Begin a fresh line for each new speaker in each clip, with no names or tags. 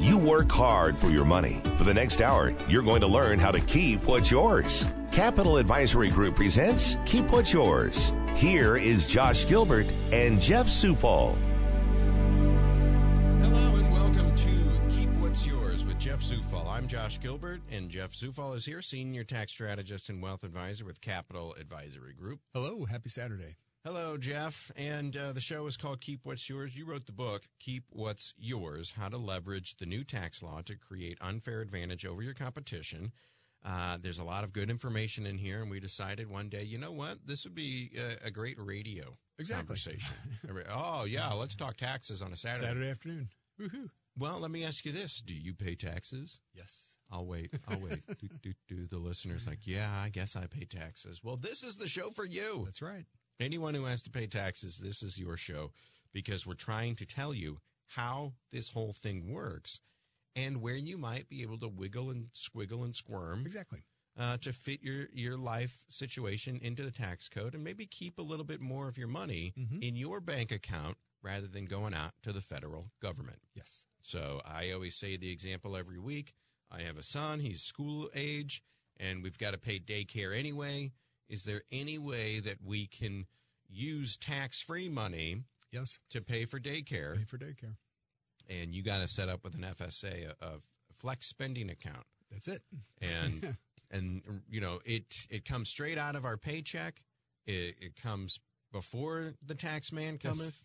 You work hard for your money. For the next hour, you're going to learn how to keep what's yours. Capital Advisory Group presents Keep What's Yours. Here is Josh Gilbert and Jeff Sufol.
Hello and welcome to Keep What's Yours with Jeff Zufall. I'm Josh Gilbert, and Jeff Zufall is here, senior tax strategist and wealth advisor with Capital Advisory Group.
Hello, happy Saturday.
Hello, Jeff. And uh, the show is called Keep What's Yours. You wrote the book, Keep What's Yours How to Leverage the New Tax Law to Create Unfair Advantage Over Your Competition. Uh, there's a lot of good information in here, and we decided one day, you know what? This would be a, a great radio
Exactly.
conversation. Every- oh, yeah, let's talk taxes on a Saturday.
Saturday afternoon. Woohoo.
Well, let me ask you this Do you pay taxes?
Yes.
I'll wait. I'll wait. do, do, do. The listener's like, yeah, I guess I pay taxes. Well, this is the show for you.
That's right.
Anyone who has to pay taxes, this is your show because we're trying to tell you how this whole thing works and where you might be able to wiggle and squiggle and squirm
Exactly.
uh, to fit your, your life situation into the tax code and maybe keep a little bit more of your money
Mhm.
in your bank account rather than going out to the federal government.
Yes.
So I always say the example every week. I have a son, he's school age, and we've got to pay daycare anyway. Is there any way that we can use tax free money
Yes.
to pay for
Pay
daycare?
for daycare.
And you got to set up with an FSA, a, a flex spending account.
That's it.
And, and, you know, it, it comes straight out of our paycheck. It, it comes before the tax man cometh.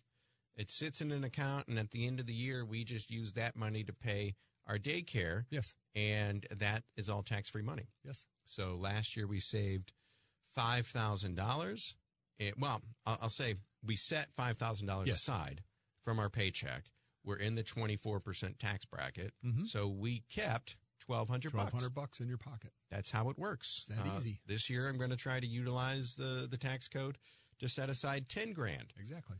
It sits in an account, and at the end of the year, we just use that money to pay our daycare,
Yes.
and that is all tax free money.
Yes.
So last year we saved five thousand dollars. Well, I'll, I'll say we set five thousand dollars
Yes.
aside from our paycheck. We're in the twenty four percent tax bracket,
Mhm.
so we kept twelve hundred
Twelve
bucks.
hundred bucks in your pocket.
That's how it works. Uh,
It's that easy.
This year I'm going to try to utilize the the tax code to set aside ten grand
Exactly.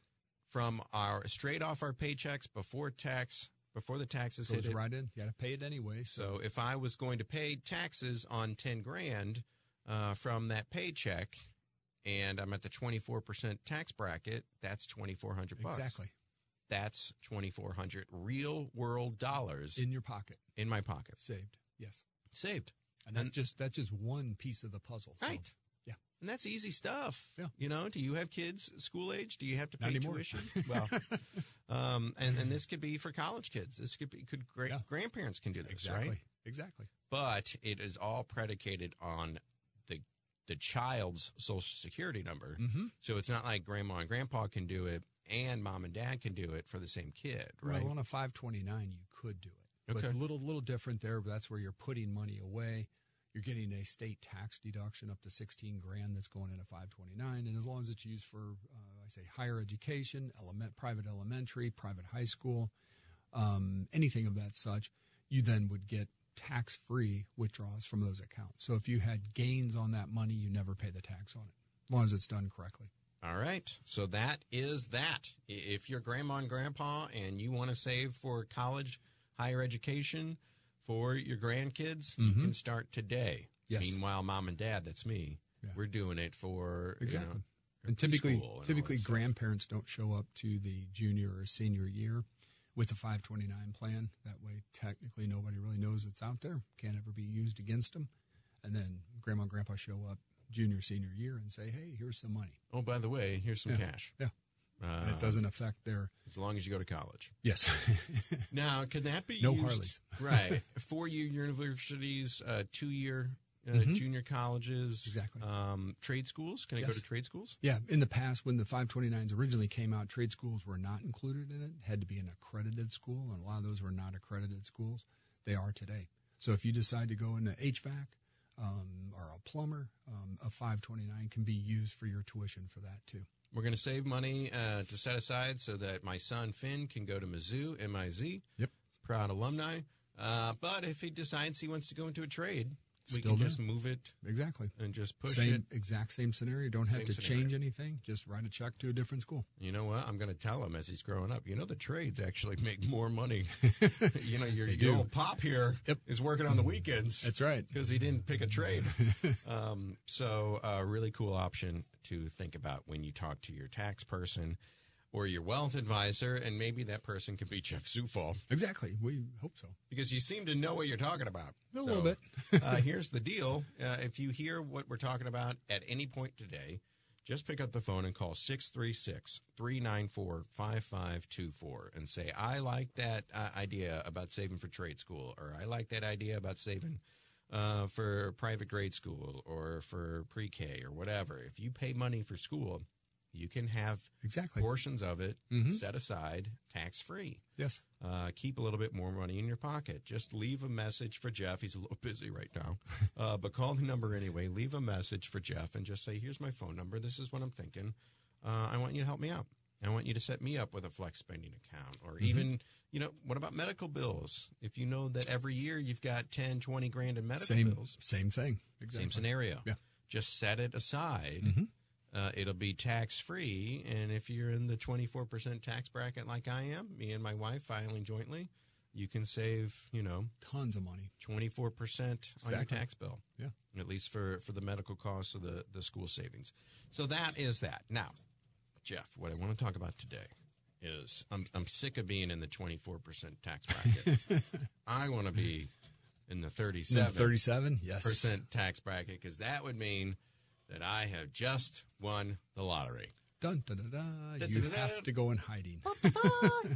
from our straight off our paychecks before tax before the taxes hit
Goes
it.
right in. You got to pay it anyway. So,
So if I was going to pay taxes on ten grand uh, from that paycheck, and I'm at the twenty four percent tax bracket, that's twenty four hundred bucks.
exactly
That's twenty four hundred real world dollars in,
in your pocket,
my pocket,
saved. Yes.
saved.
And that's
And-
just that's just one piece of the puzzle. So,
Right.
yeah.
And that's easy stuff.
Yeah.
You know, do you have kids school age? Do you have to
Not
pay
anymore.
tuition? Well, um, and, and this could be for college kids. This could be, could gra-
Yeah.
grandparents can do this,
exactly.
right?
Exactly.
but it is all predicated on the the child's social security number.
Mm-hmm.
So it's not like grandma and grandpa can do it and mom and dad can do it for the same kid, right?
Well, on a five twenty nine, you could do it, but
Okay.
a little little different there. But that's where you're putting money away. You're getting a state tax deduction up to sixteen grand that's going into five twenty nine, and as long as it's used for, uh, I say, higher education, element, private elementary, private high school, um, anything of that such, you then would get tax free withdrawals from those accounts. So if you had gains on that money, you never pay the tax on it, as long as it's done correctly.
all right. So that is that. I- If you're grandma and grandpa and you want to save for college, higher education for your grandkids, you
Mhm.
can start today.
Yes.
Meanwhile, mom and dad, that's me.
Yeah.
We're doing it for you know,
Exactly. and typically
preschool and all that
typically
stuff.
grandparents don't show up to the junior or senior year with the 529 plan that way technically nobody really knows it's out there can't ever be used against them and then grandma and grandpa show up junior senior year and say hey here's some money
Oh, by the way, here's some
Yeah.
cash.
yeah
Uh,
and it doesn't affect their
as long as you go to college.
yes
Now, can that be
No
used,
Harleys.
right? Four-year universities, uh, two-year uh, junior colleges,
Mm-hmm. Exactly.
Um, trade schools. Can I go
Yes.
to trade schools?
yeah in the past when the 529s originally came out trade schools were not included in it had to be an accredited school and a lot of those were not accredited schools they are today. So if you decide to go into HVAC um, or a plumber, um, a 529 can be used for your tuition for that too.
We're going to save money uh, to set aside so that my son Finn can go to Mizzou, M I Z.
Yep.
Proud alumni. Uh, but if he decides he wants to go into a trade, we
Still
can
do.
just move it
Exactly.
and just push
same
it.
exact same scenario. Don't have
Same
to change
scenario.
anything. Just write a check to a different school.
You know what? I'm going to tell him as he's growing up. You know, the trades actually make more money. you know, your,
They
your
do.
old pop here is
Yep.
working on the weekends
That's right.
because he didn't pick a trade. um, so, a really cool option to think about when you talk to your tax person or your wealth advisor, and maybe that person could be Jeff Zufall
Exactly. We hope so.
because you seem to know what you're talking about.
A little bit.
uh, here's the deal. Uh, if you hear what we're talking about at any point today, just pick up the phone and call 636 394 5524 and say, I like that uh, idea about saving for trade school, or I like that idea about saving uh, for private grade school or for pre K or whatever. If you pay money for school, you can have
Exactly.
portions of it
Mhm.
set aside tax free
yes.
uh, keep a little bit more money in your pocket. Just leave a message for Jeff. He's a little busy right now, uh, but call the number anyway. Leave a message for Jeff and just say, "Here's my phone number. This is what I'm thinking. Uh, I want you to help me out. I want you to set me up with a flex spending account, or even, you know, what about medical bills? If you know that every year you've got 10, 20 grand in medical
Same
bills,
same thing.
same scenario.
Yeah. Mm-hmm.
Just set it aside. Uh, it'll be tax free. And if you're in the 24% tax bracket like I am, me and my wife filing jointly, you can save, you know,
Tons of money.
24% on your
Exactly.
tax bill.
Yeah.
At least for, for the medical costs of the, the school savings. So that is that. Now, Jeff, what I want to talk about today is I'm, I'm sick of being in the 24% tax bracket. I want to be in the 37
Thirty-seven. Yes.
percent tax bracket because that would mean that I have just won the lottery.
Dun, dun, dun, dun.
Dun,
You
dun, dun,
have
dun.
to go in hiding.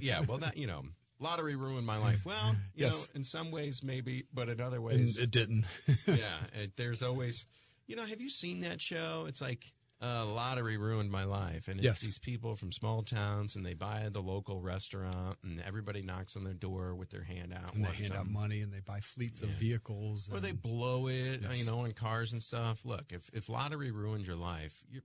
yeah, well, that you know, lottery ruined my life. Well, you
Yes.
know, in some ways maybe, but in other
And
ways,
it didn't.
yeah. It, there's always, you know, have you seen that show? It's like. Uh, lottery ruined my life, and it's
Yes.
these people from small towns, and they buy at the local restaurant, and everybody knocks on their door with their hand out,
and they
wanting
hand out
something.
money and they buy fleets of vehicles.
Or they
and-
blow it, uh,
Yes.
you know, on cars and stuff. Look, if, if lottery ruined your life, you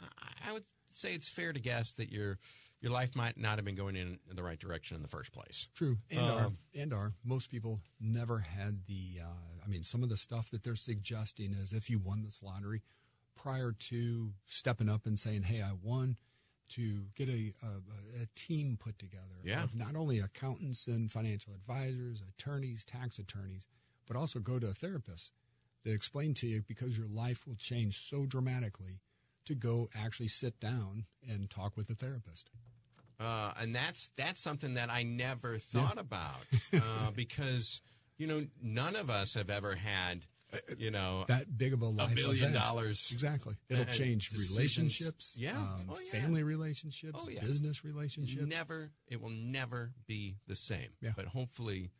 I- I would say it's fair to guess that your your life might not have been going in, in the right direction in the first place.
True. And are
Um,
and are most people never had the uh, I mean some of the stuff that they're suggesting is if you won this lottery prior to stepping up and saying, "Hey, I won." To get a, a, a team put together
Yeah.
of not only accountants and financial advisors, attorneys, tax attorneys, but also go to a therapist that explain to you because your life will change so dramatically to go actually sit down and talk with a therapist.
Uh, and that's that's something that I never thought about uh, because you know none of us have ever had you know
Uh, that big of a life
billion
event.
dollars.
exactly it'll
And
change
decisions.
relationships
Yeah.
um,
Oh, yeah.
family relationships
Oh, yeah.
business relationships
never it will never be the same.
Yeah.
But hopefully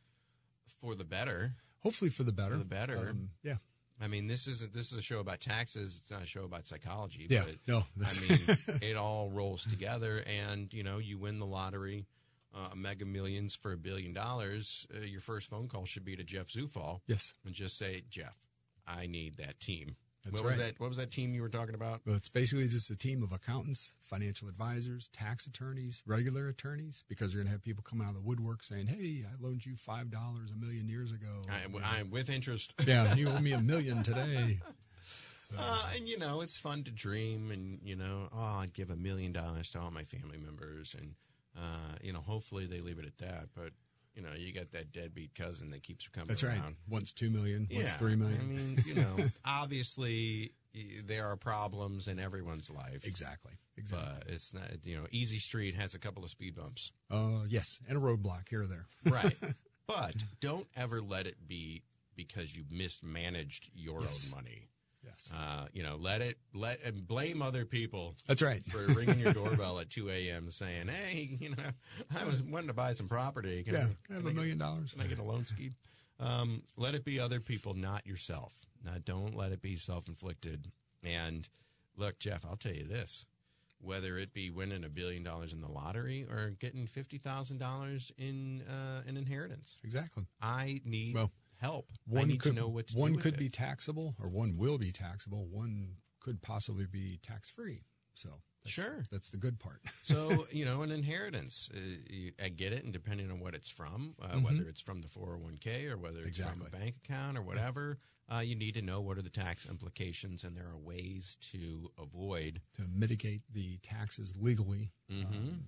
for the better.
hopefully for the better Um,
For the better.
yeah
I mean, this isn't this is a show about taxes. It's not a show about psychology.
Yeah,
but,
no,
I
that's-
mean, it all rolls together, and you know, you win the lottery, uh, mega millions for a billion dollars. Uh, your first phone call should be to Jeff Zufall
yes
and just say, Jeff, I need that team.
That's
what was
right.
that? What was that team you were talking about?
well it's basically just a team of accountants financial advisors tax attorneys regular attorneys because you're going to have people coming out of the woodwork saying hey i loaned you five dollars a million years ago
I, I'm with interest.
yeah and you owe me a million today
Uh, and you know, it's fun to dream, and you know, oh, I'd give a million dollars to all my family members, and uh, you know, hopefully they leave it at that. But you know, you got that deadbeat cousin that keeps coming
that's
around.
right once two million once
Yeah,
three million
I mean, you know, obviously y- there are problems in everyone's life.
exactly exactly
But it's not, you know, Easy Street has a couple of speed bumps.
uh, yes and a roadblock here or there
Right. but don't ever let it be because you mismanaged your
Yes.
own money.
yes
Uh, you know, let it let and blame other people
that's right
for ringing your doorbell at 2 a.m. saying, "Hey, you know, I was wanting to buy some property. Can
Yeah,
I,
can I have a million dollars?
Can I get a loan scheme?" Um, let it be other people, not yourself. Now, don't let it be self-inflicted. And look, Jeff, I'll tell you this: whether it be winning a billion dollars in the lottery or getting fifty thousand dollars in uh, an inheritance,
Exactly.
I need
Well,
help.
One
I need
could,
to know what to do
one
with
could
it.
be taxable, or one will be taxable. One could possibly be tax free. So That's,
Sure.
That's the good part.
So, you know, an inheritance, uh, you, I get it. And depending on what it's from, uh, whether it's from the 401k or whether it's
Mm-hmm. Exactly.
from a bank account or whatever, uh, you need to know what are the tax implications and there are ways to avoid.
to mitigate the taxes legally.
Mm-hmm.
Um,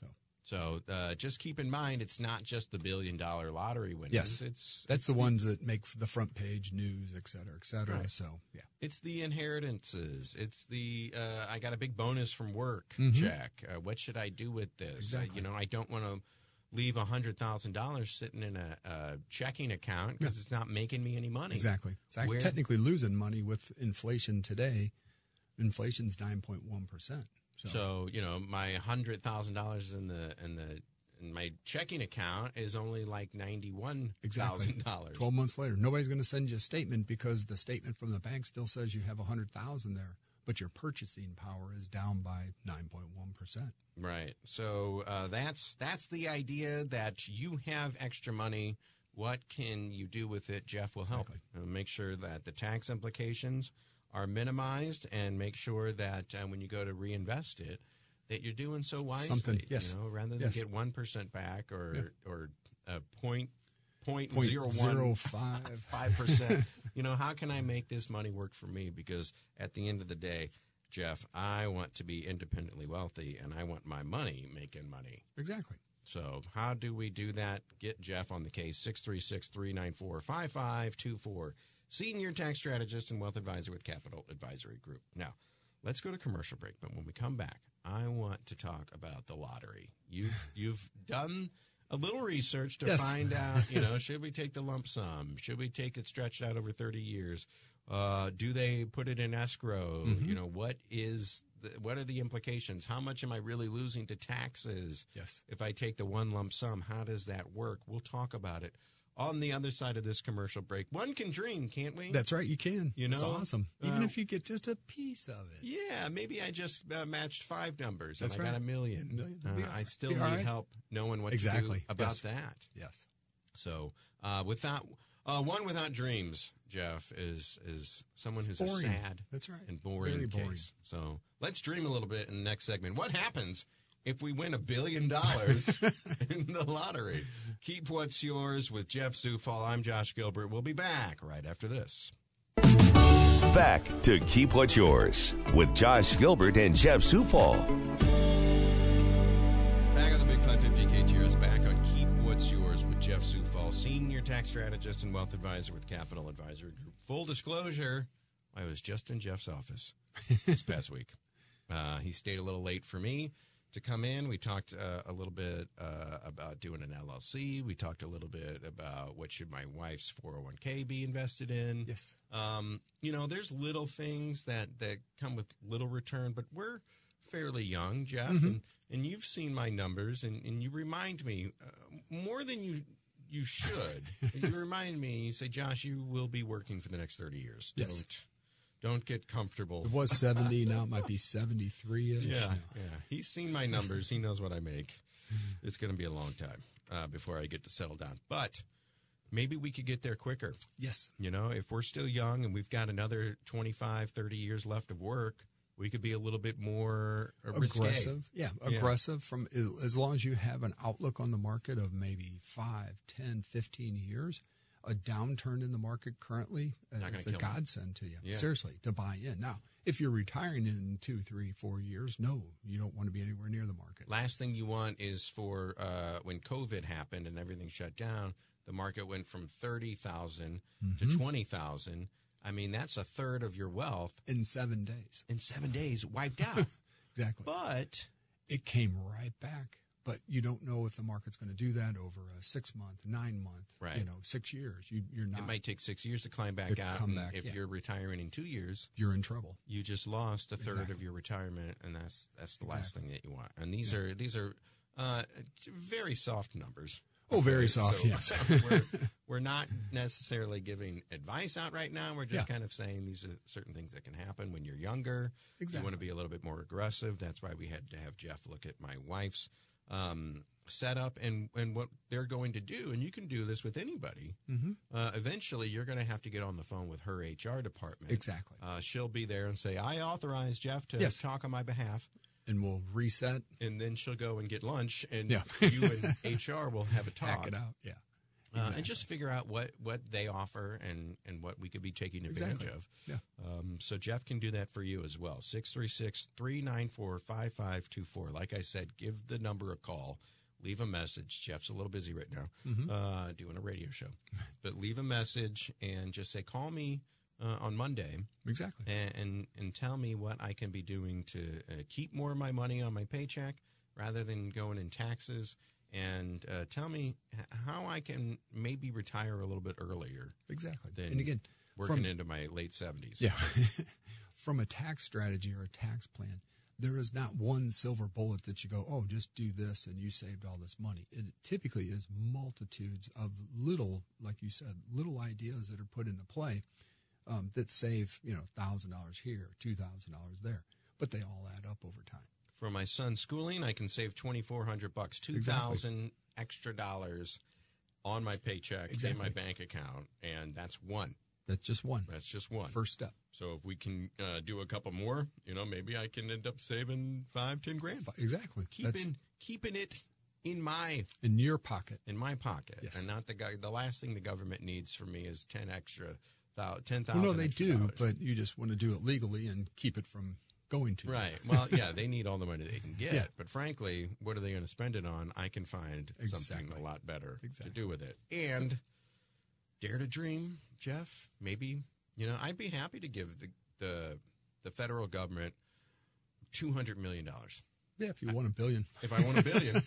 so
So uh, just keep in mind, it's not just the billion dollar lottery winners.
Yes.
It's,
that's the ones that make the front page news, et cetera, et cetera.
Right.
So yeah,
It's the inheritances. It's the uh, I got a big bonus from work check. Uh, what should I do with this?
Mm-hmm. Exactly.
I, you know, I don't want to leave a hundred thousand dollars sitting in a, a checking account because it's not making me any money.
exactly. It's act-
Where-
technically losing money with inflation today. Inflation's nine point one percent. So,
So you know, my hundred thousand dollars in the in the in my checking account is only like ninety one
exactly.
thousand dollars.
Twelve months later, nobody's going to send you a statement because the statement from the bank still says you have a hundred thousand there, but your purchasing power is down by nine point one percent.
Right. So uh, that's that's the idea that you have extra money. What can you do with it? Jeff will help. Uh, make sure that the tax implications are minimized, and make sure that uh, when you go to reinvest it, that you're doing so wisely.
Something, yes.
You know, rather than
Yes.
get one percent back or or a point point
Point
zero one
zero five.
five percent. You know, how can I make this money work for me? Because at the end of the day, Jeff, I want to be independently wealthy, and I want my money making money.
Exactly.
So, how do we do that? Get Jeff on the case six three six three nine four five five two four. Senior tax strategist and wealth advisor with Capital Advisory Group. Now, let's go to commercial break. But when we come back, I want to talk about the lottery. You've you've done a little research to
Yes.
find out. You know, should we take the lump sum? Should we take it stretched out over thirty years? Uh, do they put it in escrow? You know, what is the, what are the implications? How much am I really losing to taxes?
Yes.
If I take the one lump sum, how does that work? We'll talk about it on the other side of this commercial break. One can dream, can't we?
That's right. You can.
You
it's
know,
awesome. Even
uh,
if you get just a piece of it.
yeah, maybe I just uh, matched five numbers
That's
and I
right.
got a million.
Million.
Uh,
Be all
I
right.
still
Be
need
all right.
help knowing what to do
Exactly.
about
Yes.
that.
Yes.
So, uh, without uh, one without dreams, Jeff is is someone who's a
boring.
sad
That's right.
and boring,
Very boring.
case. So let's dream a little bit in the next segment. What happens if we win a billion dollars in the lottery? Keep what's yours with Jeff Zufall. I'm Josh Gilbert. We'll be back right after this.
Back to Keep What's Yours with Josh Gilbert and Jeff Supal.
Back on the Big 550 KTRS, back on Keep What's Yours with Jeff Zufall, Senior Tax Strategist and Wealth Advisor with Capital Advisory Group. Full disclosure, I was just in Jeff's office this past week. Uh, he stayed a little late for me to come in. We talked uh, a little bit uh, about doing an LLC. We talked a little bit about what should my wife's 401k be invested in
Yes.
um, you know, there's little things that that come with little return, but we're fairly young, Jeff, and, and you've seen my numbers, and, and you remind me uh, more than you you should. you remind me. You say, Josh, you will be working for the next thirty years.
Yes.
Don't don't get comfortable.
It was 70. now it might be 73 ish.
Yeah, yeah. He's seen my numbers. He knows what I make. It's going to be a long time uh, before I get to settle down, but maybe we could get there quicker.
Yes.
You know, if we're still young and we've got another 25, 30 years left of work, we could be a little bit more uh, risque.
Aggressive. Yeah. Aggressive from as long as you have an outlook on the market of maybe 5, 10, 15 years. A downturn in the market currently, uh,
Not gonna
it's a
kill me.
godsend to you.
Yeah.
Seriously, to buy in. Now, if you're retiring in two, three, four years, no, you don't want to be anywhere near the market.
Last thing you want is for uh, when COVID happened and everything shut down, the market went from 30,000
Mm-hmm.
to 20,000. I mean, that's a third of your wealth
In seven days.
in seven days wiped out.
Exactly.
but
it came right back. But you don't know if the market's going to do that over a six month, nine month,
Right.
you know, six years. You, you're not.
it might take six years to climb back
To
out.
come
and
back,
if
yeah.
you're retiring in two years,
you're in trouble.
you just lost a third of
Exactly.
your retirement, and that's that's the last thing that you want. And these are these are uh, very soft numbers.
Oh, very soft,
So,
yes.
we're, we're not necessarily giving advice out right now. We're just
Yeah.
kind of saying these are certain things that can happen when you're younger. You want
Exactly.
to be a little bit more aggressive. That's why we had to have Jeff look at my wife's um, setup and, and what they're going to do. And you can do this with anybody.
Mm-hmm.
Uh, eventually, you're going to have to get on the phone with her HR department.
Exactly.
Uh, she'll be there and say, I authorize Jeff to
Yes.
talk on my behalf.
and we'll reset,
And then she'll go and get lunch, and
Yeah.
you and HR will have a talk.
hack it out. Yeah.
Uh, and just figure out what what they offer and and what we could be taking advantage
Exactly.
of.
Yeah.
Um, so Jeff can do that for you as well. 636-394-5524. Like I said, give the number a call. Leave a message. Jeff's a little busy right now
Mm-hmm.
uh, doing a radio show. But leave a message and just say, call me uh, on Monday
Exactly.
and, and, and tell me what I can be doing to uh, keep more of my money on my paycheck rather than going in taxes. And uh, tell me h- how I can maybe retire a little bit earlier,
Exactly.
Then
and again,
working
from-
into my late 70s.
Yeah. From a tax strategy or a tax plan, there is not one silver bullet that you go, oh, just do this and you saved all this money. It typically is multitudes of little, like you said, little ideas that are put into play um, that save, you know, $1,000 here, $2,000 there, but they all add up over time.
For my son's schooling, I can save 2400 bucks, 2000 extra dollars on my paycheck in my
Exactly.
bank account. And that's one.
That's just one.
That's just one.
First step.
So if we can uh, do a couple more, you know, maybe I can end up saving five, ten grand.
Fi- Exactly. That's
keeping keeping it in my
in your pocket.
in my pocket
Yes.
and not the guy the last thing the government needs for me is 10 extra thou, 10,000
Well, no, they
extra
do,
dollars.
but you just want to do it legally and keep it from going to. you.
right well yeah they need all the money they can get
Yeah.
but frankly what are they going to spend it on i can find something
Exactly.
a lot better
Exactly.
to do with it and dare to dream jeff maybe you know i'd be happy to give the the, the federal government 200 million dollars
Yeah, if you want a billion.
if i want a billion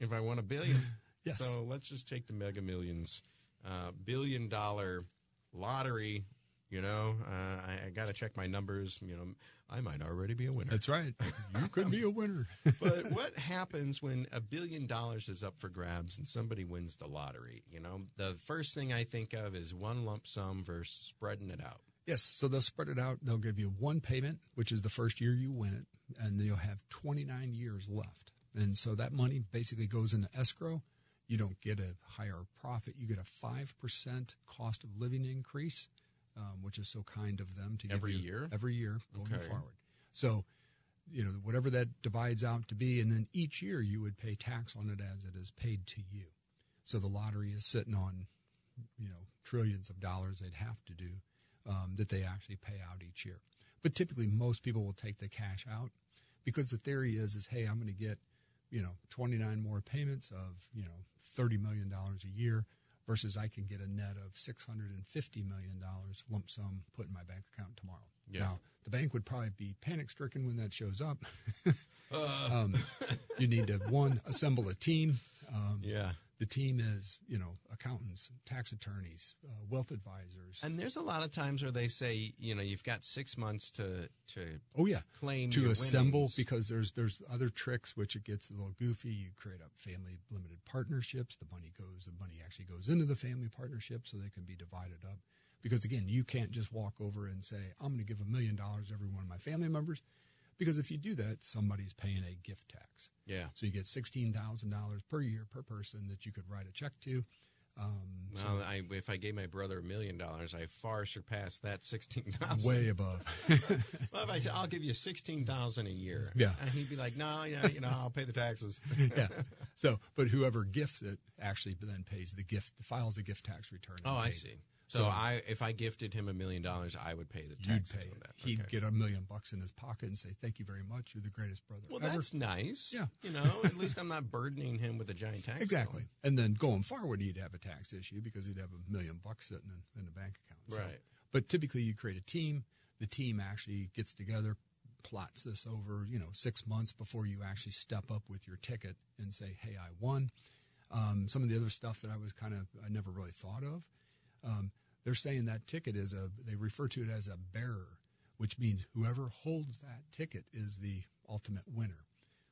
if i want a billion
Yes.
So let's just take the Mega Millions, uh, billion dollar lottery. You know, uh, I, I got to check my numbers. You know, I might already be a winner.
That's right. You could be a winner.
but what happens when a billion dollars is up for grabs and somebody wins the lottery? You know, the first thing I think of is one lump sum versus spreading it out.
yes. So they'll spread it out. They'll give you one payment, which is the first year you win it, and then you'll have 29 years left. And so that money basically goes into escrow. You don't get a higher profit. You get a 5% cost of living increase, um, which is so kind of them to
Every
give you
year?
Every year going
Okay.
forward. So, you know, whatever that divides out to be, and then each year you would pay tax on it as it is paid to you. So the lottery is sitting on you know trillions of dollars they'd have to do um, that they actually pay out each year. But typically, most people will take the cash out because the theory is is hey, I'm going to get you know 29 more payments of you know 30 million dollars a year versus I can get a net of 650 million dollars lump sum put in my bank account tomorrow.
Yeah.
Now the bank would probably be panic stricken when that shows up. um, you need to one assemble a team. Um,
Yeah.
the team is you know accountants tax attorneys uh, wealth advisors
And there's a lot of times where they say, you know, you've got six months to to
oh yeah
claim
to
your
assemble
winnings.
because there's there's other tricks which it gets a little goofy you create up family limited partnerships the money goes the money actually goes into the family partnership so they can be divided up because again you can't just walk over and say i'm going to give a million dollars to every one of my family members because if you do that somebody's paying a gift tax
yeah.
so you get $16000 per year per person that you could write a check to um,
Well, I, if I gave my brother a million dollars, I far surpassed that sixteen thousand.
way above
Well, if I said I'll give you sixteen thousand a year,
Yeah.
and he'd be like, "No, yeah, you know, I'll pay the taxes."
yeah. So, but whoever gifts it actually then pays the gift, files a gift tax return. and
oh, I
pays
see.
it.
So, I, if I gifted him a million dollars, I would pay the
You'd
taxes
pay
on
it.
that.
He'd
Okay.
get a million bucks in his pocket and say, "Thank you very much. You're the greatest brother
Well,
ever."
that's nice.
Yeah.
You know, at least I'm not burdening him with a giant tax. bill.
Exactly. And then going forward, he'd have a tax issue because he'd have a million bucks sitting in, in the bank account.
Right.
But typically, you create a team. The team actually gets together, plots this over, you know, six months before you actually step up with your ticket and say, "Hey, I won." Um, some of the other stuff that I was kind of I never really thought of. Um, they're saying that ticket is a. They refer to it as a bearer, which means whoever holds that ticket is the ultimate winner.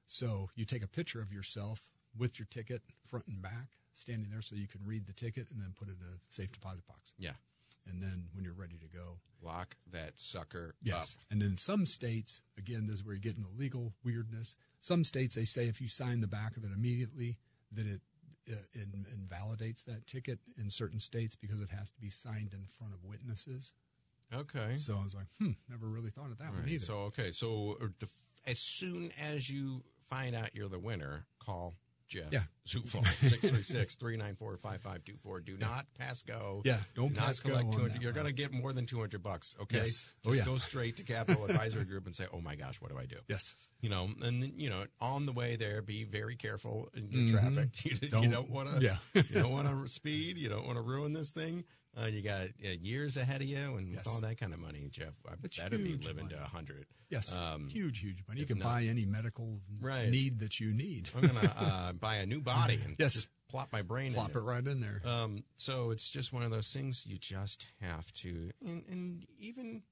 So you take a picture of yourself with your ticket, front and back, standing there, so you can read the ticket and then put it in a safe deposit box.
Yeah.
And then when you're ready to go,
Lock that sucker
yes.
up.
And in some states, again, this is where you get into legal weirdness. Some states they say if you sign the back of it immediately, that it, uh, it invalidates that ticket in certain states because it has to be signed in front of witnesses.
Okay.
So I was like, hmm, never really thought of that
All
one
right.
either.
So okay. So uh, the, as soon as you find out you're the winner, call Jeff.
Yeah.
Zufall 636-394-5524. Do not pass go.
Yeah, don't
Do not
pass go
collect
on
200.
that
You're
one.
going to get more than 200 bucks. Okay.
Yes.
Just
Oh, yeah.
go straight to Capital Advisory Group and say, "Oh my gosh, what do I do?"
yes.
You know, and then, you know, on the way there, be very careful in your traffic. You, don't, you
Mm-hmm. Don't-
don't want to.
yeah.
you don't want to speed. You don't want to ruin this thing. Uh, you got uh, years ahead of you, and
Yes.
with all that kind of money, Jeff, I
It's
better be
huge
living to
money.
to hundred.
Yes.
Um,
huge, huge money. You
if
can
not-
buy any medical
Right.
need that you need.
I'm gonna uh, buy a new body and
Yes.
just plop my brain.
Plop
in
it
it.
right in there.
Um, so it's just one of those things you just have to, and, and even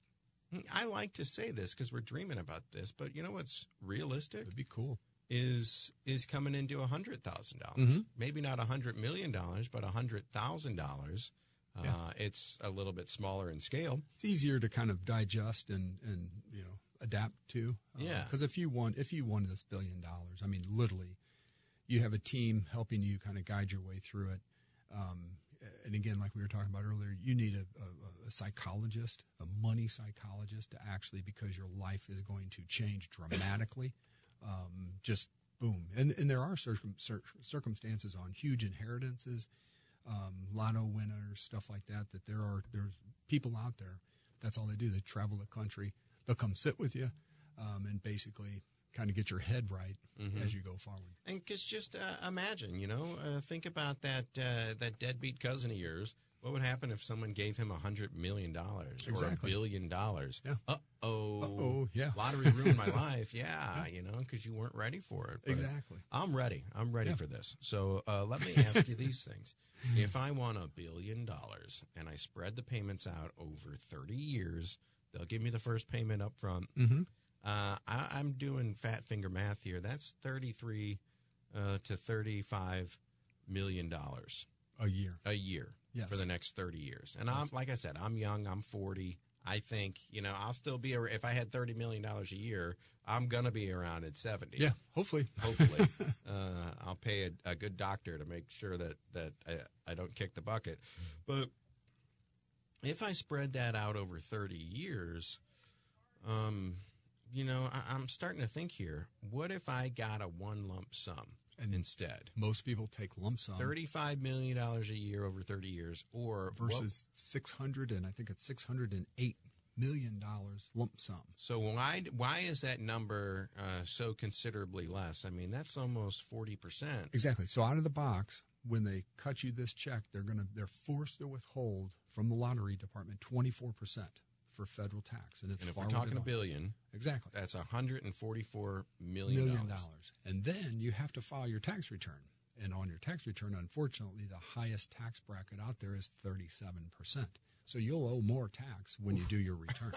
I like to say this because we're dreaming about this, but you know what's realistic
It'd be cool.
is is coming into a hundred dollars,
Mhm.
maybe not a hundred million dollars, but a hundred thousand dollars. Uh,
Yeah.
it's a little bit smaller in scale.
It's easier to kind of digest and and you know adapt to.
Yeah.
Because if you want if you won this billion dollars, I mean, literally, you have a team helping you kind of guide your way through it. Um, and again, like we were talking about earlier, you need a, a, a psychologist, a money psychologist, to actually because your life is going to change dramatically. um, just boom. And and there are circum, cir- circumstances on huge inheritances, um, lotto winners, stuff like that. That there are there's people out there. That's all they do. They travel the country. They'll come sit with you, um, and basically kind of get your head right as you go forward.
And because just uh, imagine, you know, uh, think about that uh, that deadbeat cousin of yours. What would happen if someone gave him a hundred million dollars or a
Exactly.
billion dollars?
Yeah.
Uh oh.
Uh-oh, yeah.
Lottery ruined my life. Yeah. You know, because you weren't ready for it. But
Exactly.
I'm ready. I'm ready
Yeah.
for this. So uh, let me ask you these things. If I won a billion dollars and I spread the payments out over 30 years, they'll give me the first payment up front.
Mm-hmm.
Uh, I, I'm doing fat finger math here. That's 33 uh, to 35 million dollars
A year.
a year
Yes.
for the next 30 years. And I'm like I said, I'm young. I'm 40. I think you know I'll still be. ar- If I had 30 million dollars a year, I'm gonna be around at 70.
Yeah. Hopefully.
Hopefully, uh, I'll pay a, a good doctor to make sure that that I, I don't kick the bucket. But if I spread that out over 30 years, um, you know, I, I'm starting to think here. What if I got a one lump sum
And-
instead?
Most people take lump sum
$35 million a year over 30 years or what-
versus six hundred and I think it's six hundred and eight million dollars lump sum.
so why why is that number uh, so considerably less? I mean, that's almost 40%.
Exactly. So out of the box, when they cut you this check, they're gonna they're forced to withhold from the lottery department twenty four percent for federal tax, and it's
And if we're
forwarded
talking a
on.
billion,
exactly
that's 144 million
million
dollars.
dollars, and then you have to file your tax return. And on your tax return, unfortunately, the highest tax bracket out there is thirty seven percent. So you'll owe more tax when you do your return.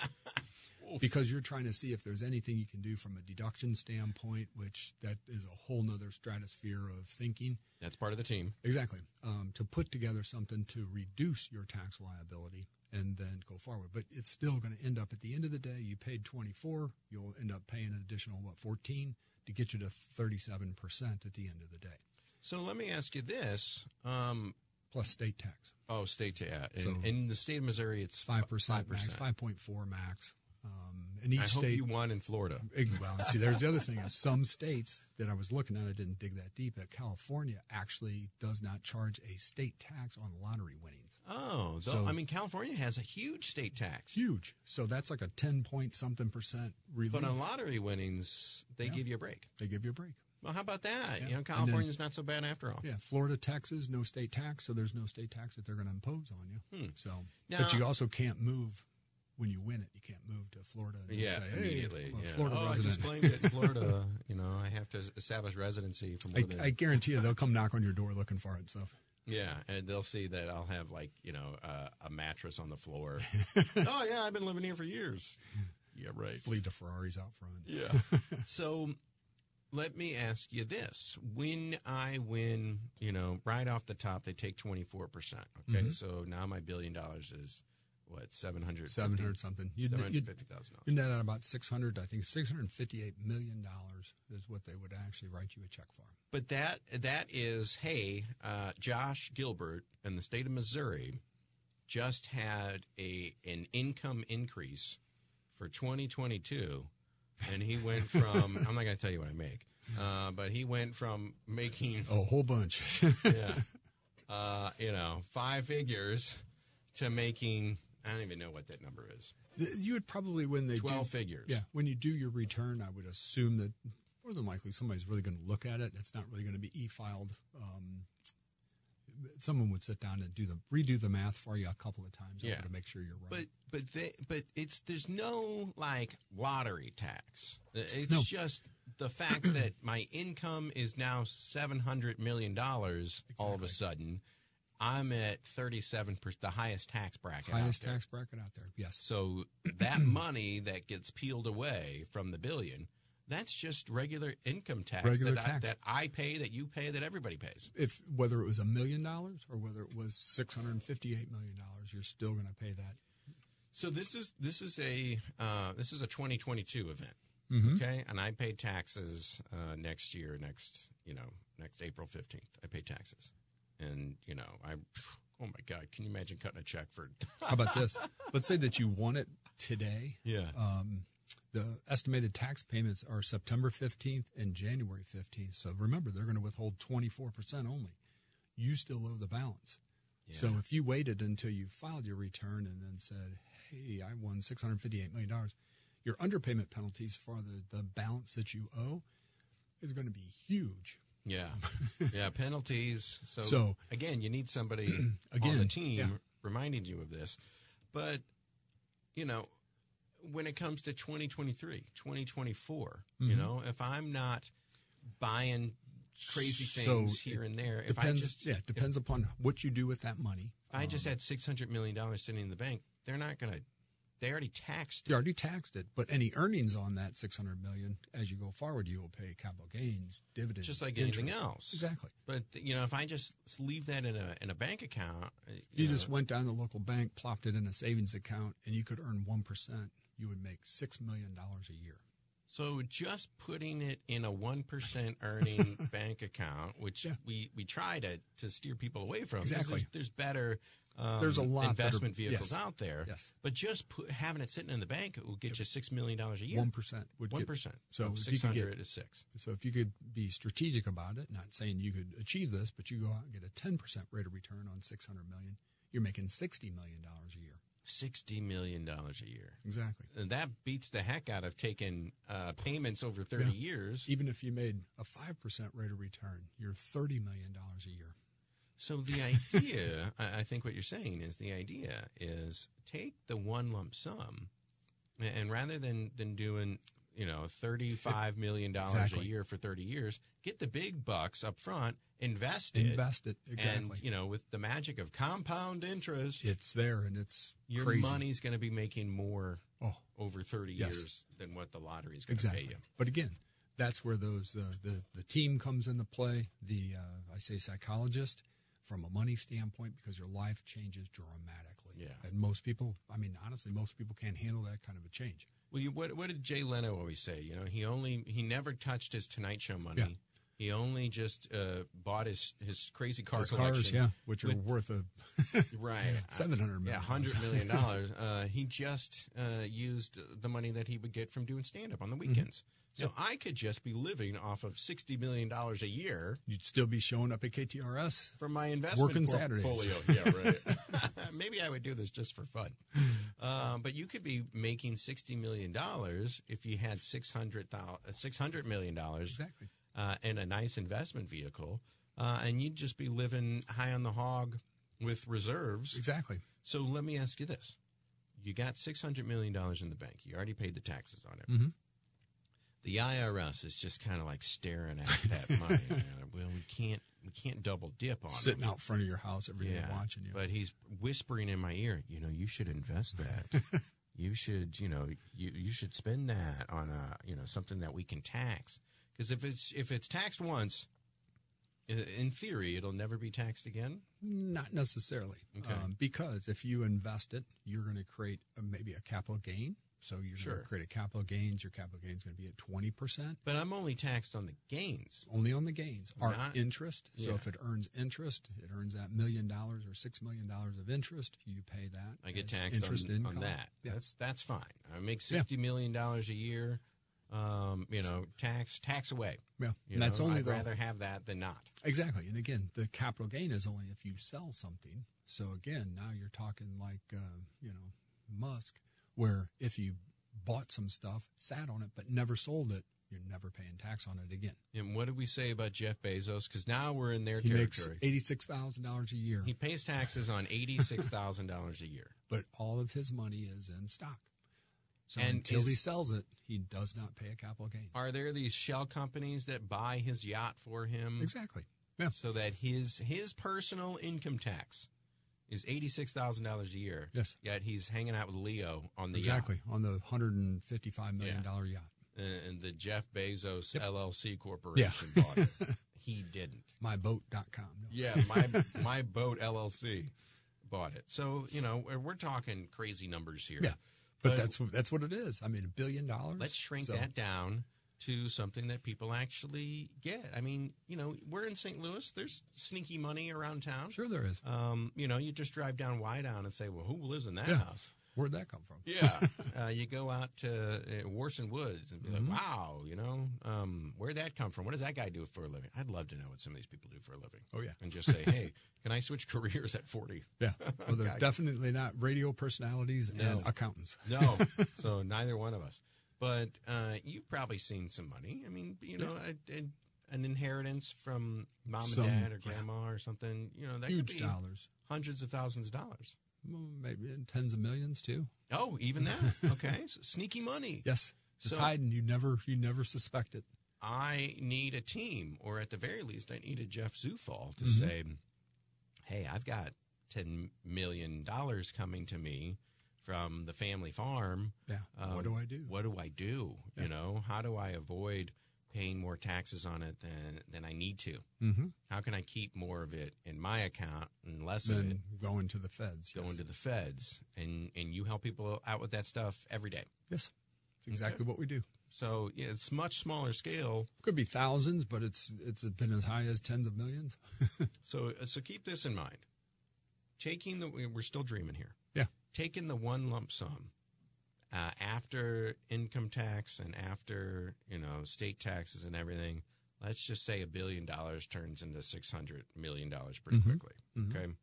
because you're trying to see if there's anything you can do from a deduction standpoint, which that is a whole nother stratosphere of thinking.
That's part of the team.
Exactly. Um, to put together something to reduce your tax liability and then go forward. But it's still going to end up at the end of the day, you paid 24, you'll end up paying an additional, what, 14 to get you to 37% at the end of the day,
So let me ask you this. Um,
plus state tax.
oh, state to uh, in,
So-
in the state of Missouri, it's
5%, max,
5%.
5.4 max. Um, and each
I hope
state.
you won in Florida.
Ig- Well, and see, there's the other thing is some states that I was looking at, I didn't dig that deep. At California actually does not charge a state tax on lottery winnings.
Oh, though,
So-
I mean, California has a huge state tax.
Huge. So that's like a ten point something percent relief.
But on lottery winnings, they give you a break.
they give you a break.
Well, how about that?
Yeah.
You know,
And then-
California's not so bad after all.
Yeah, Florida taxes no state tax, so there's no state tax that they're going to impose on you. So,
Hmm. Now-
but you also can't move when you win it. You can't move to Florida. And
Yeah,
say, hey,
immediately.
I'm a
yeah.
Florida
oh, I
resident.
just claimed it in Florida. you know, I have to establish residency for more
I,
than
I guarantee you, they'll come knock on your door looking for it. So,
Yeah, and they'll see that I'll have like you know uh, a mattress on the floor. oh yeah, I've been living here for years. Yeah, right.
flee to Ferraris out front.
Yeah. so let me ask you this: When I win,
Mm-hmm.
you know, right off the top, they take twenty four percent. Okay, so now my billion dollars is what seven hundred
seven hundred something. You'd,
seven hundred
you'd, you'd
fifty thousand dollars.
net out about six hundred. I think six hundred fifty-eight million dollars is what they would actually write you a check for.
But that that is hey, uh, Josh Gilbert in the state of Missouri just had a an income increase for 2022, and he went from I'm not going to tell you what I make, uh, but he went from making
A whole bunch.
yeah, uh, you know five figures to making I don't even know what that number is
you would probably when they do-
twelve figures.
Yeah, when you do your return, I would assume that more than likely somebody's really going to look at it. It's not really going to be e-filed. Um, someone would sit down and do the redo the math for you a couple of times
Yeah.
over to make sure you're right.
But but they, but it's there's no like lottery tax. Uh, It's
No.
just the fact that my income is now seven hundred million dollars all of a sudden. I'm at thirty seven percent, the highest tax bracket. out
highest
there.
tax bracket out there. Yes.
So that money that gets peeled away from the billion, that's just regular income tax,
Regular
that,
tax.
I, that I pay, that you pay, that everybody pays.
If whether it was a million dollars or whether it was six hundred and fifty-eight million dollars, you're still going to pay that.
So this is this is a uh, this is a 2022 event, okay? And I pay taxes uh, next year, next you know next April 15th. I pay taxes, and you know I oh my god, can you imagine cutting a check for
How about this? Let's say that you won it today.
yeah
um, the estimated tax payments are September 15th and January 15th. So remember, they're going to withhold 24% only. You still owe the balance. So if you waited until you filed your return and then said, hey, I won $658 million, your underpayment penalties for the, the balance that you owe is going to be huge.
yeah yeah penalties? So,
So-
again, you need somebody on the
Again,
team
yeah.
reminding you of this, but you know when it comes to 2023 2024
Mm-hmm.
you know if i'm not buying crazy
So
things
it
here and there if i
Depends,
just
yeah, it depends upon what you do with that money.
if i just had 600 million dollars sitting in the bank they're not going to they already taxed it.
you already taxed it, but any earnings on that six hundred million as you go forward, you will pay capital gains, dividends,
just like
interest.
anything else
Exactly.
but you know if i just leave that in a in a bank account uh,
If you
know,
just went down to the local bank, plopped it in a savings account, and you could earn one percent, you would make six million dollars a year.
So just putting it in a one percent earning bank account, which
Yeah.
we, we try to, to steer people away from. 'cause
Exactly.
There's, there's better. Um,
There's a lot
investment
better-
vehicles
yes.
out there.
Yes.
But just put, having it sitting in the bank will get you six million dollars a year.
One percent would
One
get-
percent.
So if you
six
could get-
hundred is six.
So if you could be strategic about it, not saying you could achieve this, but you go out and get a ten percent rate of return on six hundred million, you're making sixty million dollars a year.
Sixty million dollars a year.
Exactly.
And that beats the heck out of taking uh, payments over thirty years.
Even if you made a five percent rate of return, you're thirty million dollars a year.
So the idea, I, I think what you're saying is the idea is take the one lump sum, a- and rather than than doing you know thirty five million dollars a
Exactly.
year for thirty years, get the big bucks up front, invest it,
Invest it exactly.
and you know with the magic of compound interest,
it's there and it's
your
crazy.
money's going to be making more
Oh,
over thirty
Yes.
years than what the lottery's going to
exactly.
pay you.
But again, that's where those uh, the the team comes into play. The uh, I say psychologist from a money standpoint because your life changes dramatically.
Yeah.
and most people, I mean, honestly, most people can't handle that kind of a change.
Well, you, what, what did Jay Leno always say? You know, he only he never touched his Tonight Show money.
Yeah.
He only just uh, bought his his crazy car
Those
collection.
cars, yeah, which are
With-
worth a
right.
seven hundred
Yeah,
million.
hundred million dollars. Uh, he just uh, used the money that he would get from doing stand up on
Mm-hmm.
the weekends. So I could just be living off of sixty million dollars a year
You'd still be showing up at KTRS.
from my investment
Working Saturdays.
portfolio. Yeah, right. Maybe I would do this just for fun. Um, but you could be making sixty million dollars if you had six hundred uh, six hundred million dollars
Exactly.
uh, in a nice investment vehicle, uh, and you'd just be living high on the hog with reserves.
Exactly.
So let me ask you this: You got six hundred million dollars in the bank. You already paid the taxes on it.
Mhm.
The IRS is just kind of like staring at that money. man. Well, we can't we can't double dip on it.
Sitting out front of your house every day watching you.
But he's whispering in my ear, you know, you should invest that. you should, you know, you you should spend that uh, on a, you know, something that we can tax. Because if it's if it's taxed once, In theory, it'll never be taxed again.
Not necessarily, um,
Okay.
because if you invest it, you're going to create a, maybe a capital gain. So you're
Sure.
going to create a capital gains. Your capital gains going to be at twenty percent
But I'm only taxed on the gains.
only on the gains. Our
Not-
interest. So
Yeah.
if it earns interest, it earns that million dollars or six million dollars of interest. You pay that.
I get
as
taxed
interest
on, on
income.
that.
Yeah.
That's that's fine. I make
Yeah.
sixty million dollars a year. Um, you know, tax tax away.
Yeah.
You
And that's
know,
only
I'd
the
rather have that than not.
Exactly. And again, the capital gain is only if you sell something. So again, now you're talking like, uh, you know, Musk, where if you bought some stuff, sat on it, but never sold it, you're never paying tax on it again.
And what did we say about Jeff Bezos? Because now we're in their
He makes
territory.
$86,000 a year,
He pays taxes on eighty six thousand dollars a year.
but all of his money is in stock. So
And
until he
is-
sells it, he does not pay a capital gain.
Are there these shell companies that buy his yacht for him
Exactly. Yeah.
so that his his personal income tax is eighty six thousand dollars a year?
Yes.
Yet he's hanging out with Leo on the yacht.
Exactly. On the $155 million yacht.
uh, and and the Jeff Bezos LLC
Yeah.
corporation bought it. He didn't.
Myboat.com. No.
Yeah, my my boat LLC bought it. So you know we're, we're talking crazy numbers here.
Yeah. But,
But-
that's that's what it is. I mean, a billion dollars.
Let's shrink
So-
that down to something that people actually get. I mean, you know, we're in St. Louis. There's sneaky money around town.
Sure, there is.
Um, you know, you just drive down Wydown and say, "Well, who lives in that
Yeah.
house?"
Where'd that come from?
Yeah. uh, you go out to uh, Warson Woods and be
Mm-hmm.
like, wow, you know, um, where'd that come from? What does that guy do for a living? I'd love to know what some of these people do for a living.
Oh, yeah.
And just say, hey, can I switch careers at 40?
Yeah. Well, they're
Okay.
definitely not radio personalities
No.
and accountants.
No. so neither one of us. But uh, you've probably seen some money. I mean, you know, a, a, an inheritance from mom
Some-
and dad or
yeah.
grandma or something, you know, that could
Huge
be
dollars.
hundreds of thousands of dollars.
Well, Maybe in tens of millions too.
Oh, even that? Okay. So sneaky money.
Yes. Just
So-
hiding. You never, you never suspect it.
I need a team, or at the very least, I need a Jeff Zufall to say, "Hey, I've got ten million dollars coming to me from the family farm.
Yeah.
Um,
what do I do?
What do I do? You know, how do I avoid paying more taxes on it than than I need to?
Mm-hmm.
How can I keep more of it in my account and less of it
Then going to the feds.
going
yes.
to the feds?" And and you help people out with that stuff every day.
Yes. It's exactly what we do.
So yeah, it's much smaller scale.
Could be thousands, but it's it's been as high as tens of millions.
So uh, so keep this in mind. Taking the we're still dreaming here.
Yeah.
Taking the one lump sum uh, after income tax and after you know state taxes and everything. Let's just say a billion dollars turns into six hundred million dollars pretty
Mhm.
quickly.
Mhm.
Okay.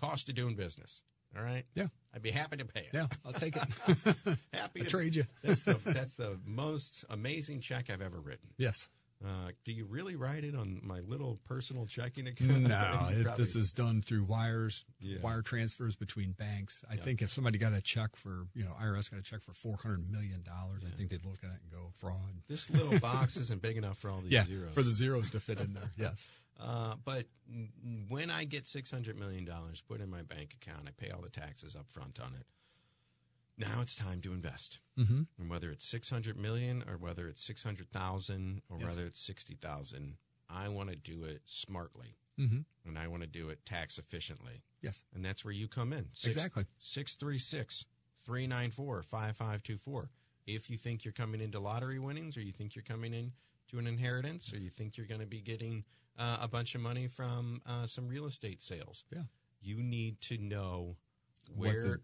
Cost of doing business. All right.
Yeah.
I'd be happy to pay it.
Yeah. I'll take it.
Happy to
I trade you.
That's the that's the most amazing check I've ever written.
Yes.
Uh, do you really write it on my little personal checking account?
No,
You
it,
probably-
this is done through wires,
Yeah.
wire transfers between banks. I think if somebody got a check for, you know, IRS got a check for four hundred million dollars, I think they'd look at it and go fraud.
This little box isn't big enough for all these
yeah,
zeros.
for the zeros to fit in there. Yes,
uh, but n- when I get six hundred million dollars put in my bank account, I pay all the taxes up front on it. Now it's time to invest,
mm-hmm.
and whether it's six hundred million or whether it's six hundred thousand or
Yes.
whether it's sixty thousand, I want to do it smartly,
Mm-hmm.
and I want to do it tax efficiently,
yes,
and that's where you come in. Six-
exactly.
636 394 5524. If you think you're coming into lottery winnings or you think you're coming in to an inheritance or you think you're going to be getting uh, a bunch of money from uh, some real estate sales,
Yeah.
you need to know
What
where.
the,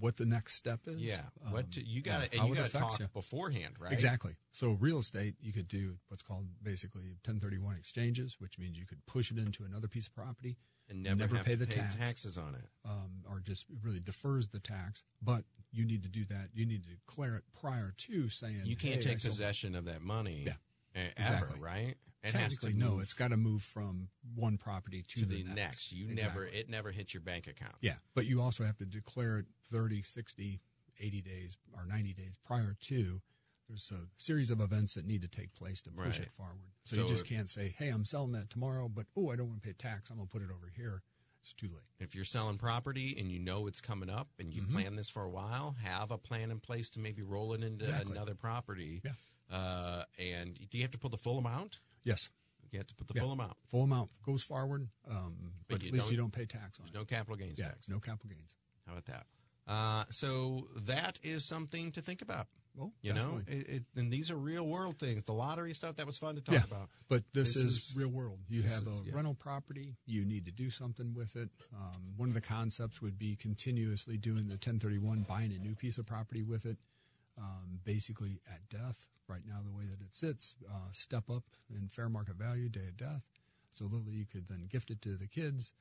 what the next step is?
yeah,
um,
what to, you got to and
yeah, how
you
it
got to
affects
talk
you.
beforehand, right?
Exactly. So real estate, you could do what's called basically 1031 exchanges, which means you could push it into another piece of property.
and never,
Never
have
pay
to
the
pay
tax.
taxes on it.
um, or just really defers the tax. But you need to do that. You need to declare it prior to saying
You can't
hey, I
take
sold-
possession of that money,
Yeah,
e- ever,
exactly.
right? It has to
Technically, no.
move
It's got to move from one property to,
to the next. You never,
Exactly.
it never hits your bank account.
yeah, but you also have to declare it 30, 60, 80 days or 90 days prior to. There's a series of events that need to take place to push
Right.
it forward. So,
So
you just
if-
can't say, "Hey, I'm selling that tomorrow," but oh, I don't want to pay tax. I'm going to put it over here. It's too late.
If you're selling property and you know it's coming up and you
Mm-hmm.
plan this for a while, have a plan in place to maybe roll it into
Exactly.
another property.
Yeah.
Uh, and do you have to pull the full amount?
Yes.
You have to put the
Yeah.
full amount.
Full amount goes forward, um,
But
but,
you
at least
don't-
you don't pay tax on
There's
it.
no capital gains
yeah,
tax.
no capital gains.
How about that? Uh, so that is something to think about.
Well,
You know,
Oh, definitely.
it, it, and these are real world things. The lottery stuff that was fun to talk
Yeah.
about.
But this,
This
is,
is-
real world. You
this
have
is-
a
yeah.
rental property. You need to do something with it. Um, one of the concepts would be continuously doing the 1031, buying a new piece of property with it, um, basically at death. Right now, the way that it sits, uh, step up in fair market value day of death. So literally, you could then gift it to the kids,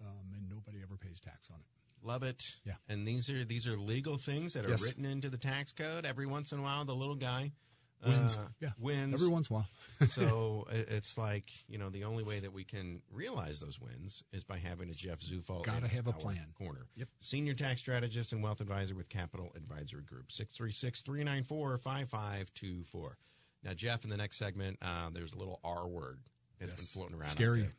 um, and nobody ever pays tax on it.
Love it.
Yeah.
And these are these are legal things that are
Yes.
written into the tax code. Every once in a while, the little guy
Wins.
uh,
Yeah.
wins.
Every once in a while.
so i- it's like you know the only way that we can realize those wins is by having a Jeff Zufall.
Gotta
in
have a
our
plan.
Corner.
Yep.
Senior tax strategist and wealth advisor with Capital Advisory Group. 636-394-5524. Now, Jeff, in the next segment, uh, there's a little R word that's been floating around. out
Scary.
there.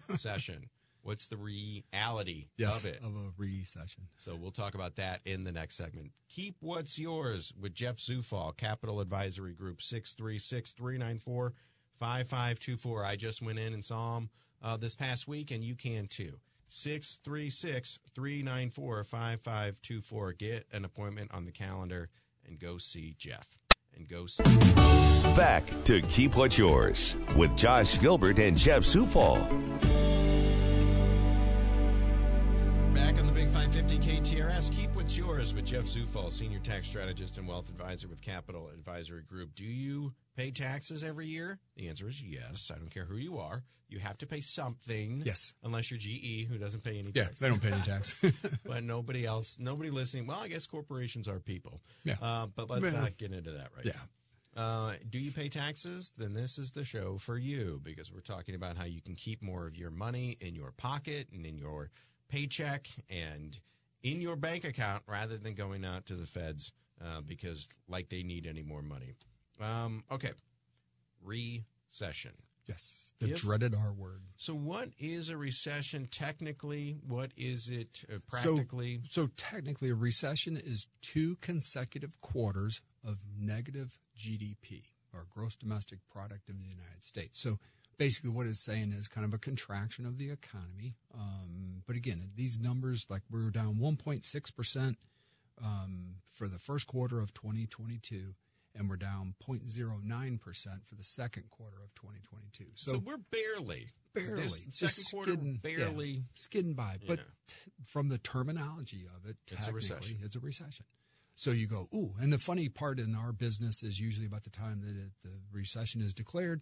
Recession. What's the reality
Yes.
of it?
Of a recession.
So we'll talk about that in the next segment. Keep what's yours with Jeff Zufall, Capital Advisory Group, 636 394 5524. I just went in and saw him uh, this past week, and you can too. 636 394 5524. Get an appointment on the calendar and go see Jeff. And go see.
Back to Keep What's Yours with Josh Gilbert and Jeff Supal.
Back on the Big 550 KTRS, keep what's yours with Jeff Zufall, Senior Tax Strategist and Wealth Advisor with Capital Advisory Group. Do you pay taxes every year? The answer is yes. I don't care who you are. You have to pay something.
Yes.
Unless you're GE, who doesn't pay any
Yeah.
taxes
They don't pay any tax.
but nobody else, nobody listening. Well, I guess corporations are people.
Yeah.
Uh, but let's
Yeah.
not get into that right
Yeah.
now. Uh, do you pay taxes? Then this is the show for you because we're talking about how you can keep more of your money in your pocket and in your paycheck and in your bank account rather than going out to the feds uh, because, like, they need any more money. Um, okay. Recession.
yes. The
Yes.
dreaded R word.
So, what is a recession technically? What is it uh, practically?
So technically, a recession is two consecutive quarters of negative GDP or gross domestic product of the United States. So basically, what it's saying is kind of a contraction of the economy. Um, but again, these numbers, like we were down 1.6% um, for the first quarter of 2022. And we're down 0.09% for the second quarter of 2022.
So, we're barely,
barely
this second
just
quarter,
skidding, yeah,
barely.
skidding by. But
Yeah.
t- from the terminology of it,
It's a
technically, it's a
recession.
recession. So you go, ooh, and the funny part in our business is usually about the time that it, the recession is declared,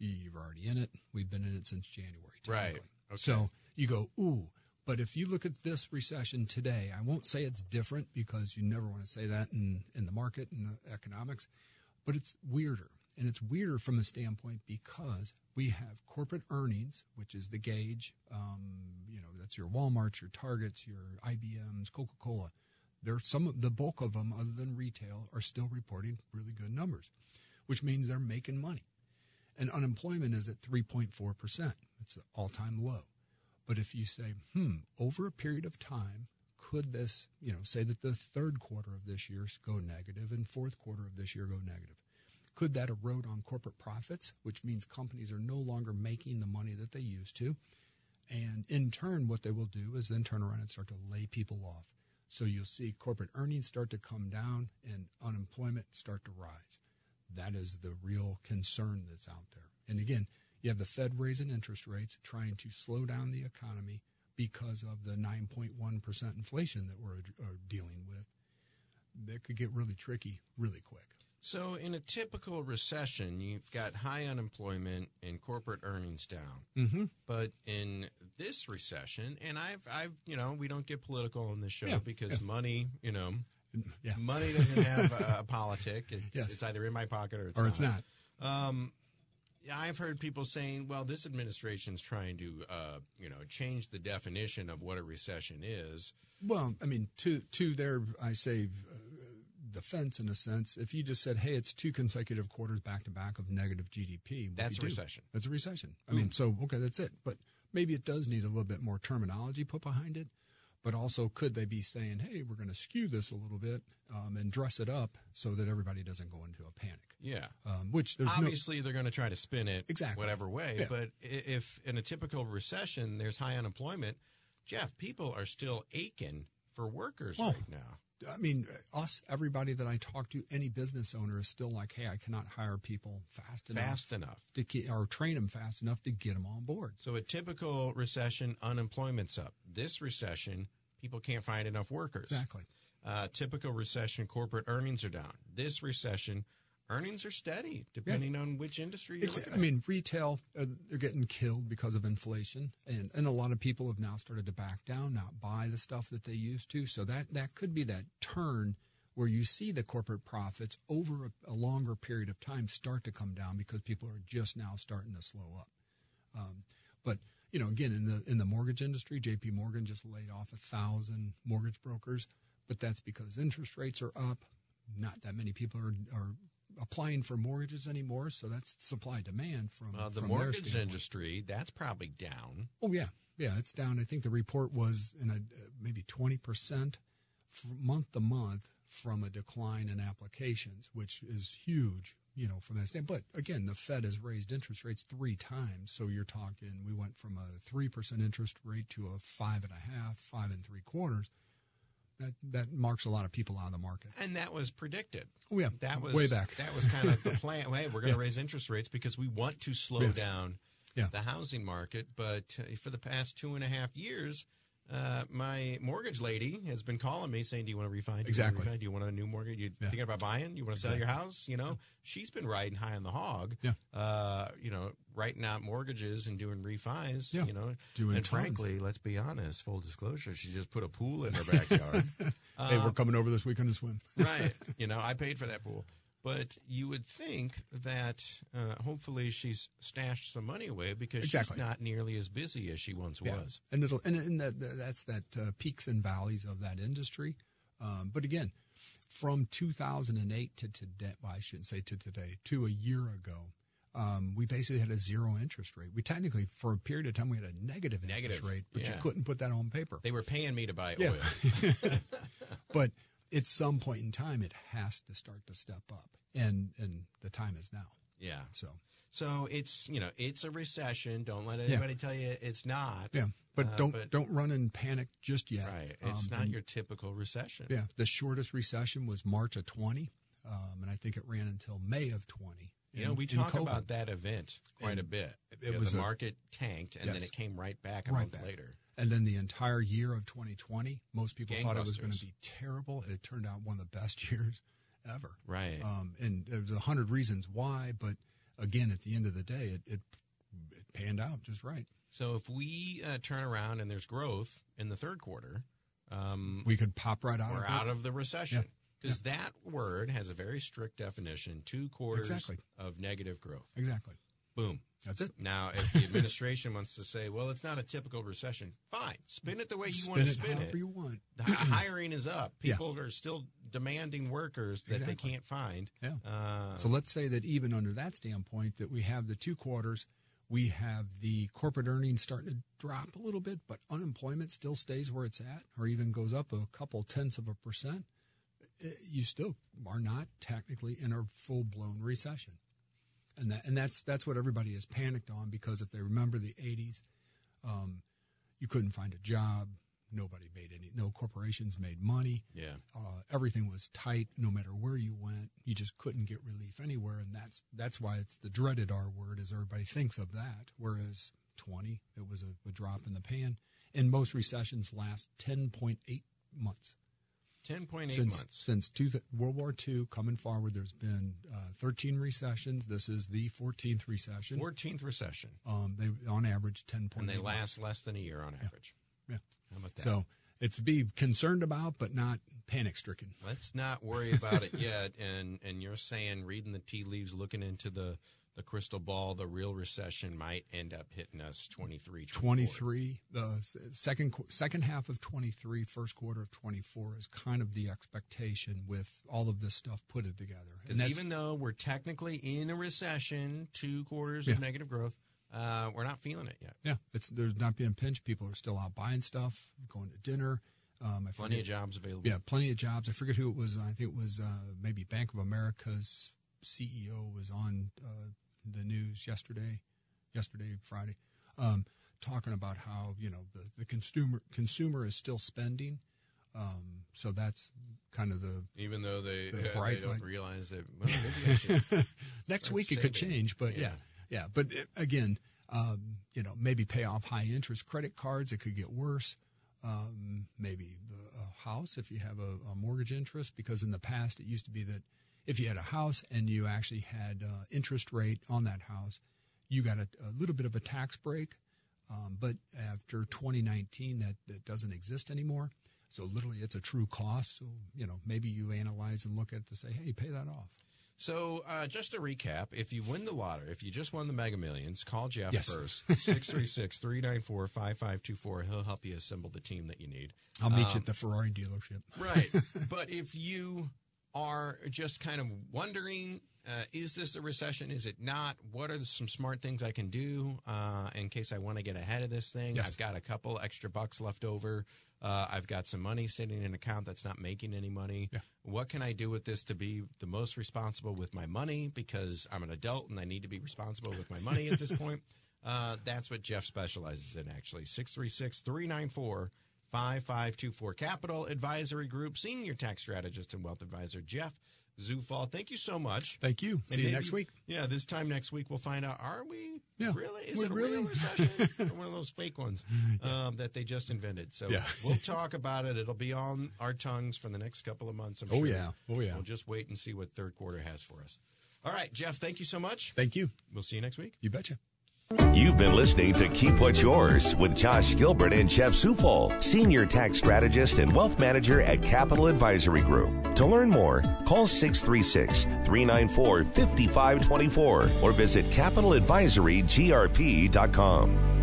you're already in it. We've been in it since January,
Right.
technically.
Okay.
So you go, ooh. But if you look at this recession today, I won't say it's different because you never want to say that in, in the market and the economics, but it's weirder. And it's weirder from a standpoint because we have corporate earnings, which is the gauge. Um, you know, that's your Walmarts, your Targets, your IBMs, Coca Cola. There, some of the bulk of them, other than retail, are still reporting really good numbers, which means they're making money and unemployment is at 3.4%. It's an all time low. But if you say, hmm, over a period of time, could this, you know, say that the third quarter of this year go negative and fourth quarter of this year go negative? Could that erode on corporate profits, which means companies are no longer making the money that they used to? And in turn, what they will do is then turn around and start to lay people off. So you'll see corporate earnings start to come down and unemployment start to rise. That is the real concern that's out there. And again, you have the Fed raising interest rates, trying to slow down the economy because of the 9.1% inflation that we're are dealing with. That could get really tricky really quick.
So, in a typical recession, you've got high unemployment and corporate earnings down.
Mm-hmm.
But in this recession, and I've, I've, you know, we don't get political on this show
Yeah,
because money, you know,
Yeah.
money doesn't have a, a politic. It's,
Yes.
it's either in my pocket or it's
or
not.
it's not.
Um, yeah, I've heard people saying, "Well, this administration's trying to, uh, you know, change the definition of what a recession is."
Well, I mean, to to their I say uh, defense in a sense. If you just said, "Hey, it's two consecutive quarters back to back of negative GDP," what
That's
do
a
you do?
recession.
That's a recession. I mean, so okay, that's it. But maybe it does need a little bit more terminology put behind it. but also could they be saying, hey, we're going to skew this a little bit um, and dress it up so that everybody doesn't go into a panic?
Yeah.
Um, which there's no.
Obviously, they're going to try to spin it
Exactly.
whatever way.
Yeah.
But i- if in a typical recession there's high unemployment, Jeff, people are still aching for workers
Well,
right now.
I mean, us, everybody that I talk to, any business owner is still like, hey, I cannot hire people fast enough
Fast enough.
to get, or train them fast enough to get them on board.
So a typical recession, unemployment's up. This recession, people can't find enough workers.
Exactly.
Uh, typical recession, corporate earnings are down. This recession, earnings are steady depending on which industry you're
It's,
looking
I
at.
mean, retail, uh, they're getting killed because of inflation. And, and a lot of people have now started to back down, not buy the stuff that they used to. So that, that could be that turn where you see the corporate profits over a, a longer period of time start to come down because people are just now starting to slow up. But you know, again, in the in the mortgage industry, J.P. Morgan just laid off a thousand mortgage brokers, but that's because interest rates are up. Not that many people are are applying for mortgages anymore, so that's supply demand from
uh, the
from their
mortgage
standpoint.
industry, that's probably down.
Oh yeah, yeah, it's down. I think the report was in a, uh, maybe twenty percent month to month from a decline in applications, which is huge. You know, from that standpoint. But again, the Fed has raised interest rates three times, so you're talking we went from a three percent interest rate to a five and a half, five and three quarters. That that marks a lot of people out of the market.
And that was predicted.
Oh yeah,
That was
way back.
That was kind of the plan. Hey, we're going to raise interest rates because we want to slow
Yes.
down
Yeah.
the housing market. But uh, for the past two and a half years, uh, my mortgage lady has been calling me saying, "Do you want to refi? Do you wanna
Exactly.
refi? Do you want a new mortgage? You
Yeah.
thinking about buying? You want to sell your house? You know?" She's been riding high on the hog.
Yeah.
Uh, you know, writing out mortgages and doing refis.
Yeah.
You know,
Doing
and
tons.
frankly, let's be honest. Full disclosure, she just put a pool in her backyard.
hey,
uh,
we're coming over this weekend to swim.
right. You know, I paid for that pool. But you would think that uh, hopefully she's stashed some money away because
Exactly.
she's not nearly as busy as she once was.
And it'll and, and that, that- that's that uh, peaks and valleys of that industry. Um, but again, from 2008 to today, well, I shouldn't say to today, to a year ago, um, we basically had a zero interest rate. We technically, for a period of time, we had a negative interest
Negative,
rate, but
yeah.
you couldn't put that on paper.
They were paying me to buy
Yeah.
oil.
But at some point in time, it has to start to step up, and and the time is now.
Yeah.
So
So it's, you know, it's a recession. Don't let anybody tell you it's not.
yeah, but
Uh,
don't
but-
don't run in panic just yet.
Right. It's
Um,
not your typical recession.
Yeah, the shortest recession was March of 20, um, and I think it ran until May of 20.
You know, we
in
talk
COVID.
about that event quite a bit.
it
Yeah,
was
the
a-
market tanked and then
Yes.
it came right back a
Right
month
back.
later.
And then the entire year of 2020, most people thought it was going
Gangbusters.
to be terrible. It turned out one of the best years ever.
Right.
Um, and there's a hundred reasons why, but again, at the end of the day, it, it, it panned out just right.
so if we uh, turn around and there's growth in the third quarter, um,
We could pop right out
we're
of it.
out of the recession because that word has a very strict definition two quarters
Exactly.
of negative growth
exactly.
boom
That's it.
now if the administration wants to say well it's not a typical recession fine spin it the way you
spin
want to
it
spin
however
it
you want.
the hi- hiring is up
Yeah.
people are still demanding workers that they
Exactly.
can't find
Yeah.
uh,
So let's say that even under that standpoint, that we have the two quarters, we have the corporate earnings starting to drop a little bit, but unemployment still stays where it's at, or even goes up a couple tenths of a percent. eh, You still are not technically in a full blown recession, and that and that's that's what everybody is panicked on because if they remember the '80s, um, you couldn't find a job, nobody made any, no corporations made money
yeah
uh, everything was tight no matter where you went you just couldn't get relief anywhere and that's that's why it's the dreaded r word as everybody thinks of that whereas 20 it was a, a drop in the pan and most recessions last 10.8 months
10.8
since
months
since two th- world war ii coming forward there's been uh, 13 recessions this is the 14th recession
14th recession
um, they on average 10.8
and they
months.
last less than a year on average
Yeah.
how about that
so it's be concerned about but not panic stricken
Let's not worry about it yet. And and you're saying reading the tea leaves, looking into the the crystal ball, the real recession might end up hitting us 23, 24.
23 the s- second qu- second half of 23 first quarter of 24 is kind of the expectation with all of this stuff put it together and
'Cause
that's
even though we're technically in a recession, two quarters
Yeah.
of negative growth, uh, we're not feeling it yet.
yeah it's there's not being pinched people are still out buying stuff going to dinner Um, I
Plenty of
forget-
jobs available.
Yeah, plenty of jobs. I forget who it was. I think it was uh, maybe Bank of America's CEO was on uh, the news yesterday, yesterday Friday, um, talking about how you know the, the consumer consumer is still spending. Um, so that's kind of the
Even though they,
The
uh, they
bright
don't
light.
realize that. Well, maybe I should.
next
Start
week it could
saving.
change, but yeah,
Yeah.
yeah. But uh, again, um, you know, maybe pay off high interest credit cards. It could get worse. Um, maybe the a house if you have a, a mortgage interest, because in the past it used to be that if you had a house and you actually had uh, interest rate on that house, you got a, a little bit of a tax break. Um, but after 2019, that, that doesn't exist anymore. So literally, it's a true cost. So you know, maybe you analyze and look at it to say, hey, pay that off.
So, uh, just to recap, if you win the lottery, if you just won the Mega Millions, call Jeff
Yes.
first, 636 394 5524. He'll help you assemble the team that you need.
I'll meet you
Um,
at the Ferrari dealership.
Right. but if you are just kind of wondering, uh, is this a recession? Is it not? What are some smart things I can do uh, in case I want to get ahead of this thing?
Yes.
I've got a couple extra bucks left over. Uh, I've got some money sitting in an account that's not making any money.
Yeah.
What can I do with this to be the most responsible with my money? Because I'm an adult and I need to be responsible with my money at this point. Uh, that's what Jeff specializes in, actually. 636 394 5524 Capital Advisory Group, Senior Tax Strategist and Wealth Advisor Jeff Zufall. Thank you so much.
Thank you.
And
See you
maybe-
next week.
Yeah, this time next week we'll find out are we
Yeah.
really? Is
We're
it a real
really-
recession? or one of those fake ones um, that they just invented. So
Yeah.
we'll talk about it. It'll be on our tongues for the next couple of months, I'm
Oh,
sure.
yeah. Oh, yeah.
We'll just wait and see what third quarter has for us. All right, Jeff, thank you so much.
Thank you.
We'll see you next week.
You betcha.
You've been listening to Keep What's Yours with Josh Gilbert and Jeff Sufol, Senior Tax Strategist and Wealth Manager at Capital Advisory Group. To learn more, call 636 394 5524 or visit capitaladvisorygrp.com.